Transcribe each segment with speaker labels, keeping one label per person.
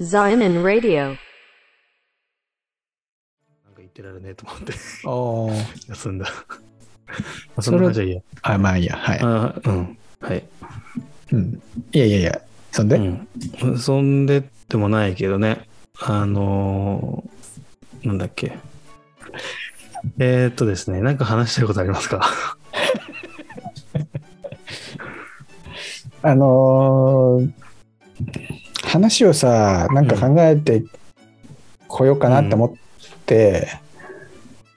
Speaker 1: Zion Radio.
Speaker 2: なんか言ってられねえと思って
Speaker 3: おー
Speaker 2: 休 んだ。あ
Speaker 3: そ
Speaker 2: そん
Speaker 3: れ
Speaker 2: な感じはいいや。
Speaker 3: あ、まあいいや、はい。
Speaker 2: あうん。はい。
Speaker 3: うん、いやいやいや、そんで、
Speaker 2: うん。そんでってもないけどね。あのーなんだっけ。 えー、っとですね、なんか話したいことありますか
Speaker 3: あのー話をさ、なんか考えてこようかなって思って、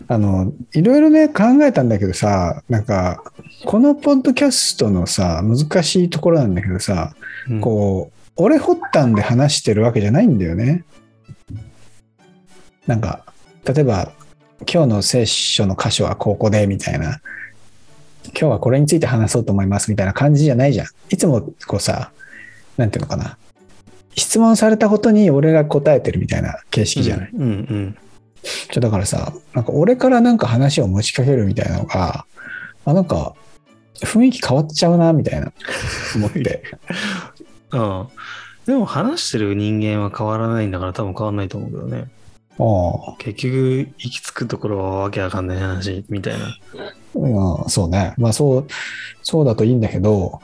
Speaker 3: あの、いろいろね、考えたんだけどさ、なんか、このポッドキャストのさ、難しいところなんだけどさ、こう、俺掘ったんで話してるわけじゃないんだよね。なんか、例えば、今日の聖書の箇所はここで、みたいな。今日はこれについて話そうと思います、みたいな感じじゃないじゃん。いつもこうさ、なんていうのかな。質問されたことに俺が答えてるみたいな形
Speaker 2: うん、
Speaker 3: 式じゃない。
Speaker 2: うんうん。
Speaker 3: ちょだからさ、なんか俺からなんか話を持ちかけるみたいなのが、あ、なんか、雰囲気変わっちゃうな、みたいな、思って。
Speaker 2: うん。でも話してる人間は変わらないんだから多分変わらないと思うけどね。
Speaker 3: あ
Speaker 2: 結局、行き着くところはわけわかんない話みたいな。
Speaker 3: あ、そうね。まあそう、そうだといいんだけど、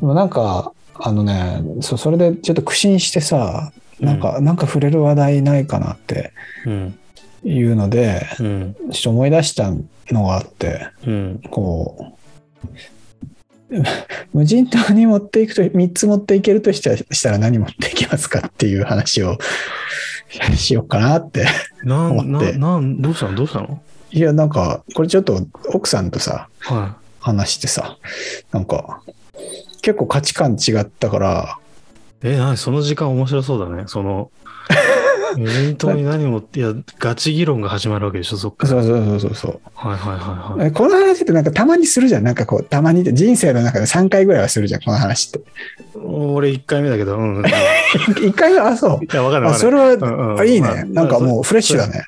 Speaker 3: でもなんか、あのね、そそれでちょっと苦心してさ、なんか、なんか触れる話題ないかなって
Speaker 2: うん。
Speaker 3: いうので、
Speaker 2: うん。
Speaker 3: ちょっと思い出したのがあって、
Speaker 2: うん。
Speaker 3: こう、 無人島に持っていくと、3つ持っていけるとしたらしたら何持っていきますかっていう話をしようかなって。
Speaker 2: な
Speaker 3: 思
Speaker 2: ん、
Speaker 3: って
Speaker 2: ななん、どうしたのどうしたの
Speaker 3: いや、なんか、これちょっと奥さんとさ、
Speaker 2: は
Speaker 3: 話してさ、なんか、結構価値観違ったから、
Speaker 2: い。え、なにその時間面白そうだね。そ の、無人島に何持って、いや、ガチ議論が始まるわけでしょ、そっから。
Speaker 3: そうそうそうそうそう
Speaker 2: はいはいはいはい。
Speaker 3: え。この話ってなんかたまにするじゃん。なんかこう、たまにって、人生の中で3回ぐらいはするじゃん、この話って。
Speaker 2: 俺1回目だけど、うん。う んい
Speaker 3: 1回は、あ、そう。
Speaker 2: や、わかんない。わ
Speaker 3: あ
Speaker 2: か
Speaker 3: そ
Speaker 2: ん
Speaker 3: れ
Speaker 2: ない
Speaker 3: は、
Speaker 2: うんうん
Speaker 3: あいい
Speaker 2: ま
Speaker 3: ね
Speaker 2: あ。
Speaker 3: なんかもうフレッシュだね。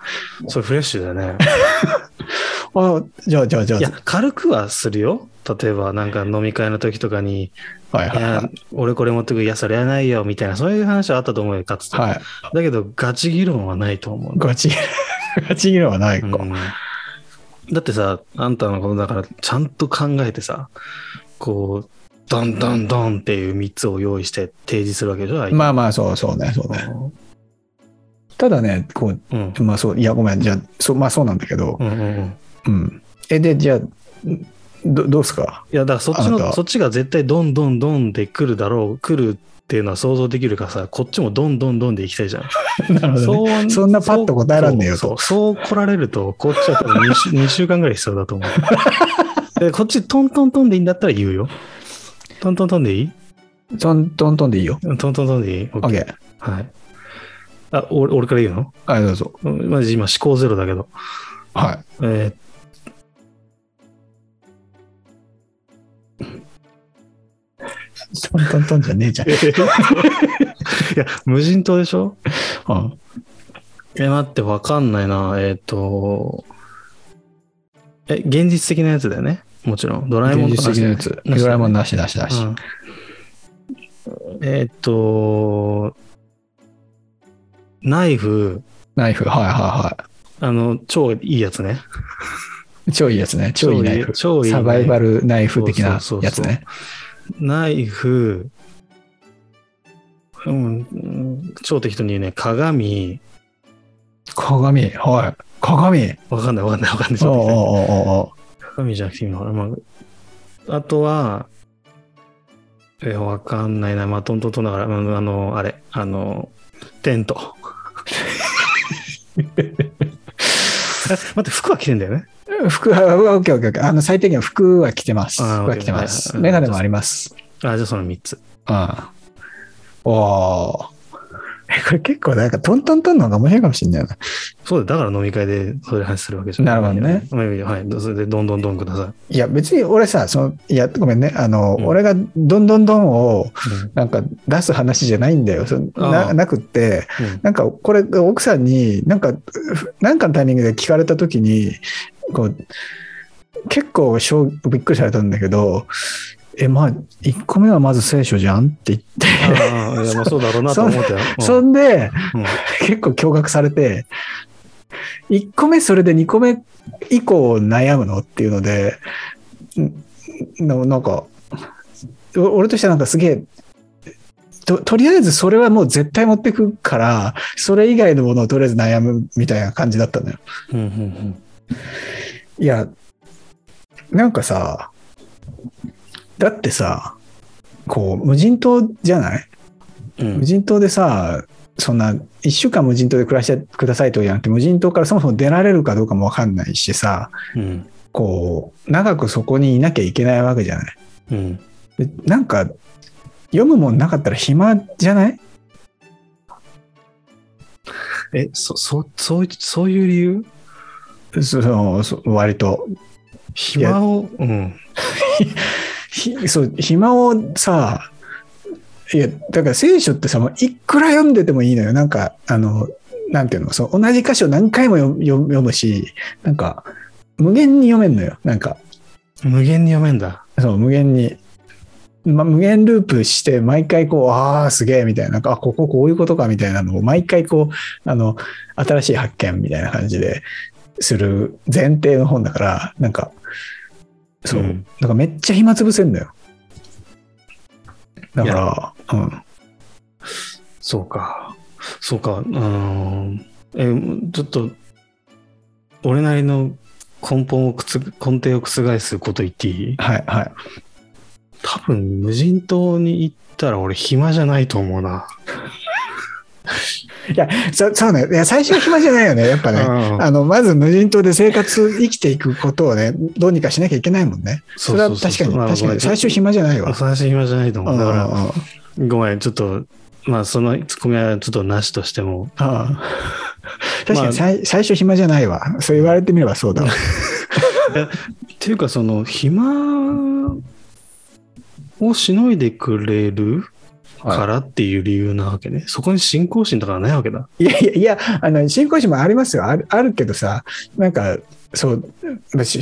Speaker 2: それフレッシュだよね。
Speaker 3: あ、じゃあじゃあじゃあ。
Speaker 2: いや、軽くはするよ。例えば、なんか飲み会の時とかに、い
Speaker 3: はいはいは
Speaker 2: や、俺これ持ってくる、いや、それはないよ、みたいな、そういう話はあったと思うよ、かつて。
Speaker 3: い。はい。
Speaker 2: だけど、ガチ議論はないと思う。
Speaker 3: ガチ、 ガチギレはないか。
Speaker 2: うんだってさ、あんたのことだから、ちゃんと考えてさ、こう、ドンドンドンっていう3つを用意して提示するわけじゃない。
Speaker 3: まあまあ、そうそうね、そうね。ただね、こ
Speaker 2: うん。
Speaker 3: う、まあそう、いや、ごめん、じゃあ、そう、まあそうなんだけど
Speaker 2: う、んうんうん。
Speaker 3: うん。え、で、じゃあ、どどうすか
Speaker 2: いや、だからそっち
Speaker 3: あなたは
Speaker 2: の、そっちが絶対ドンドンドンで来るだろう、来るっていうのは想像できるからさ、こっちもドンドンドンで行きたいじゃん。
Speaker 3: なるほどね。
Speaker 2: う
Speaker 3: そんなパッと答えらんねえよと
Speaker 2: そうそうそう来られると、こっちは多分 2, 週2週間ぐらい必要だと思う。で、こっちトントントンでいいんだったら言うよ。トントントンでいい
Speaker 3: トントントンでいいよ。
Speaker 2: トントントンでいい ?OK。
Speaker 3: オッケー。
Speaker 2: はい。あ、俺俺から言うの
Speaker 3: はい、どうぞ。
Speaker 2: うんマジ今思考ゼロだけど。
Speaker 3: は
Speaker 2: え
Speaker 3: い。トントントンじゃねえじゃん。
Speaker 2: ーいや、無人島でしょ
Speaker 3: うん
Speaker 2: え、待って、わかんないな。えっ、と、え、現実的なやつだよね。もちろん。ドラえもん
Speaker 3: 現
Speaker 2: とか
Speaker 3: 実
Speaker 2: なし
Speaker 3: 的
Speaker 2: だよね
Speaker 3: なやつ。
Speaker 2: なし
Speaker 3: ドラえもんなしなしなし。
Speaker 2: うんえーっと、ナイフ、
Speaker 3: ナイフ、はいはいは
Speaker 2: あの、超いいやつね。
Speaker 3: い。超いいやつね。超いいナイフ。
Speaker 2: 超いいナイ
Speaker 3: サ
Speaker 2: フ
Speaker 3: バイバルナイフ的な
Speaker 2: そうそう
Speaker 3: や
Speaker 2: そ
Speaker 3: つ
Speaker 2: うそう
Speaker 3: ね。
Speaker 2: ナイフ、うん、うん超適当に言うね。鏡、
Speaker 3: 鏡、はい。鏡。
Speaker 2: わかんないわかんないわかんない超適
Speaker 3: おう
Speaker 2: 当に。
Speaker 3: おうおうおう
Speaker 2: 鏡じゃなくていいのかな。まあ、あとは、え、わかんないな。まあ、トントントンだから、うんあの、あれ、あの、テント。え待って、服は着てんだよね。
Speaker 3: 服は、うわオッケーオッケーオッケー。あの、最低限服は着てます。
Speaker 2: あーオ
Speaker 3: 服
Speaker 2: ッ
Speaker 3: は
Speaker 2: ケー
Speaker 3: 着てます。
Speaker 2: はい
Speaker 3: メガネもあります。
Speaker 2: あ、じゃあその3つ。
Speaker 3: ああ。おーえこれ結構なんかトントントンの方が面白いかもしれないな。
Speaker 2: そうだよ、だから飲み会でそういう話するわけじゃん
Speaker 3: なるほどね。
Speaker 2: まあいいよはい、どうぞでどんどんどんくださ
Speaker 3: いや、別に俺さ、その、いや、ごめんね。あの、
Speaker 2: うん
Speaker 3: 俺がどんどんどんを
Speaker 2: い。うん
Speaker 3: なんか出す話じゃないんだよ。その
Speaker 2: あ
Speaker 3: な
Speaker 2: ー
Speaker 3: なくって、
Speaker 2: うん
Speaker 3: なんかこれ奥さんになんか、ふなんかのタイミングで聞かれた時に、こう、結構しょうびっくりされたんだけど、え、まあ、1個目はまず聖書じゃんって言って、
Speaker 2: ああ、いやまあそうだろうなと思ったよ。
Speaker 3: そ
Speaker 2: うん
Speaker 3: で、
Speaker 2: うん
Speaker 3: 結構驚愕されて、1個目それで2個目以降悩むのっていうので、んのなんか、お俺としてはなんかすげえ、ととりあえずそれはもう絶対持ってくから、それ以外のものをとりあえず悩むみたいな感じだったのよ。
Speaker 2: うんうん
Speaker 3: いや、なんかさ、だってさ、こう、無人島じゃない
Speaker 2: うんうん
Speaker 3: 無人島でさ、そんな、1週間無人島で暮らしてくださいとかじゃなくて、無人島からそもそも出られるかどうかもわかんないしさ、
Speaker 2: うん
Speaker 3: こう、長くそこにいなきゃいけないわけじゃない。
Speaker 2: うん
Speaker 3: でなんか、読むもんなかったら暇じゃない
Speaker 2: え、そ、そ、そうい、そういう理由
Speaker 3: そのそ割と。
Speaker 2: 暇を、うん。
Speaker 3: ひそう、暇をさ、いや、だから聖書ってさ、もういくら読んでてもいいのよ。なんか、あの、なんていうの、そう、同じ箇所何回も読読読むし、なんか、無限に読めんのよ。なんか、
Speaker 2: 無限に読めんだ。
Speaker 3: そう、無限に。ま、無限ループして、毎回こう、ああ、すげえ、みたいな、なんかあ、こここういうことか、みたいなのを、毎回こう、あの、新しい発見みたいな感じでする前提の本だから、なんか、そう、
Speaker 2: うん
Speaker 3: なんかめっちゃ暇つぶせんだよ。だから、うん。
Speaker 2: そうか。そうか。うーん。え、ちょっと、俺なりの根本をくつ、根底を覆すこと言っていい
Speaker 3: はい、はい。
Speaker 2: 多分、無人島に行ったら俺暇じゃないと思うな。
Speaker 3: いや、そそうね。いや、最初は暇じゃないよね、やっぱね。
Speaker 2: うん
Speaker 3: あの、まず無人島で生活、生きていくことをね、どうにかしなきゃいけないもんね。それは確かに、
Speaker 2: まあ
Speaker 3: 確
Speaker 2: ご
Speaker 3: か
Speaker 2: めん
Speaker 3: に。最初暇じゃないわ。
Speaker 2: 最初暇じゃないと思う。だから、
Speaker 3: あ
Speaker 2: ごめん、ちょっと、まあ、そのツッコミはちょっとなしとしても、
Speaker 3: あああ確か
Speaker 2: まあ
Speaker 3: にさい、最初暇じゃないわ。そう言われてみればそうだわ。
Speaker 2: っていうかその暇をしのいでくれるからっていう理由なわけね、そこに信仰心とかはないわけだ
Speaker 3: いやいやいや、あの、信仰心もありますよ。あるあるけどさ、なんか、そう、まあし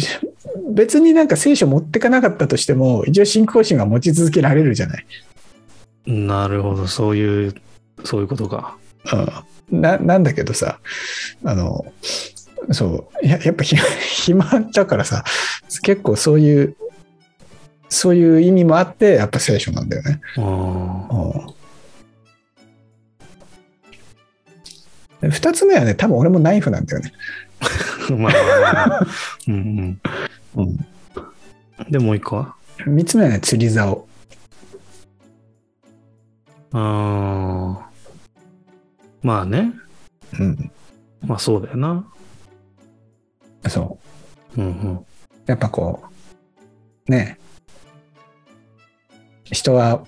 Speaker 3: 別になんか聖書持ってかなかったとしても、一応信仰心は持ち続けられるじゃない。
Speaker 2: なるほどそういうそういうことか
Speaker 3: うん。な、なんだけどさ、あの、そう、ややっぱ暇 暇だからさ、結構そういう、そういう意味もあって、やっぱ聖書なんだよね。
Speaker 2: あ
Speaker 3: 二つ目はね、多分俺もナイフなんだよね。
Speaker 2: ーまあまあまあまあうんうん、でもう一個は
Speaker 3: 三つ目はね、釣り竿。
Speaker 2: あーまあね
Speaker 3: うん。
Speaker 2: まあそうだよな
Speaker 3: そ
Speaker 2: うんうん
Speaker 3: う。やっぱこう、ね人は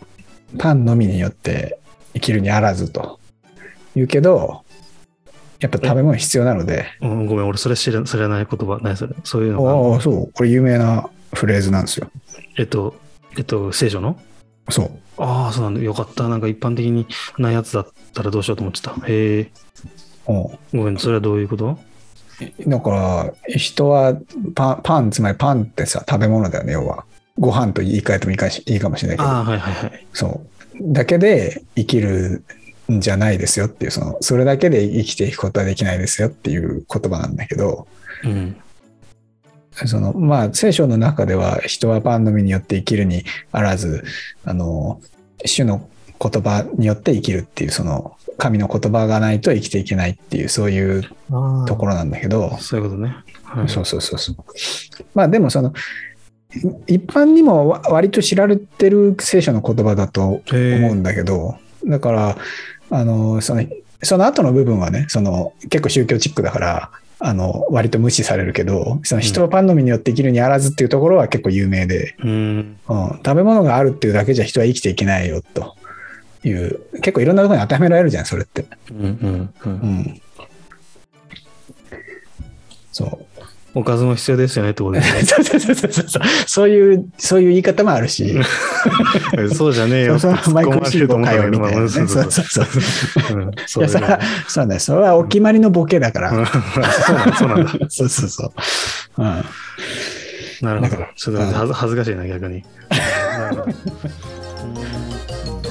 Speaker 3: パンのみによって生きるにあらずと言うけど、やっぱ食べ物必要なので、
Speaker 2: うん、ごめん、俺それ知ら知らない言葉、何それそういうのが。
Speaker 3: ああ、そう、これ有名なフレーズなんですよ。
Speaker 2: えっと、えっと、聖書の
Speaker 3: そう。
Speaker 2: ああ、そうなんだ。よかった。なんか一般的にないやつだったらどうしようと思ってた。へえ。
Speaker 3: うん
Speaker 2: ごめん、それはどういうこと
Speaker 3: だから人はパンパンつまりパンってさ食べ物だよね要はご飯と言い換えてもいいかしいいかもしれないけど
Speaker 2: ああ、はいはいはい。
Speaker 3: そうだけで生きるんじゃないですよっていうそのそれだけで生きていくことはできないですよっていう言葉なんだけど
Speaker 2: うん。
Speaker 3: そのまあ聖書の中では人はパンのみによって生きるにあらずあの主の言葉によって生きるっていうその神の言葉がないと生きていけないっていうそういう
Speaker 2: ああ。
Speaker 3: ところなんだけど、
Speaker 2: そういうことね。はい、
Speaker 3: そうそうそうそう。まあでもそのい一般にもわ割と知られてる聖書の言葉だと
Speaker 2: へ
Speaker 3: 思う
Speaker 2: え。
Speaker 3: んだけど、だからあのそのその後の部分はねその結構宗教チックだからあの割と無視されるけどその人はパンのみによって生きるにあらずっていうところは結構有名で、
Speaker 2: うん。
Speaker 3: うん、食べ物があるっていうだけじゃ人は生きていけないよという結構いろんなところに当てはめられるじゃんそれって。
Speaker 2: うんうんう。
Speaker 3: うんん、そう
Speaker 2: おかずも必要ですよねって ことで
Speaker 3: そうそうそうそうそう。そういう、そういう言い方もあるし、
Speaker 2: そうじゃねえよ。
Speaker 3: そうそうマイクロシー
Speaker 2: と
Speaker 3: ボ
Speaker 2: 思
Speaker 3: かよみたいなね。
Speaker 2: そ
Speaker 3: そうう
Speaker 2: そ
Speaker 3: そううそう。
Speaker 2: そう。うんそ
Speaker 3: いや
Speaker 2: れ
Speaker 3: それは
Speaker 2: が
Speaker 3: そうね、それはお決まりのボケだか
Speaker 2: う
Speaker 3: ら。
Speaker 2: ん そうなんだ。そうなんだ。
Speaker 3: そうそうそう。うん、
Speaker 2: なる
Speaker 3: だ
Speaker 2: ほ
Speaker 3: か
Speaker 2: ど
Speaker 3: ら。
Speaker 2: ちょっと恥ず恥ずかしいな、逆に。なるほど。うーん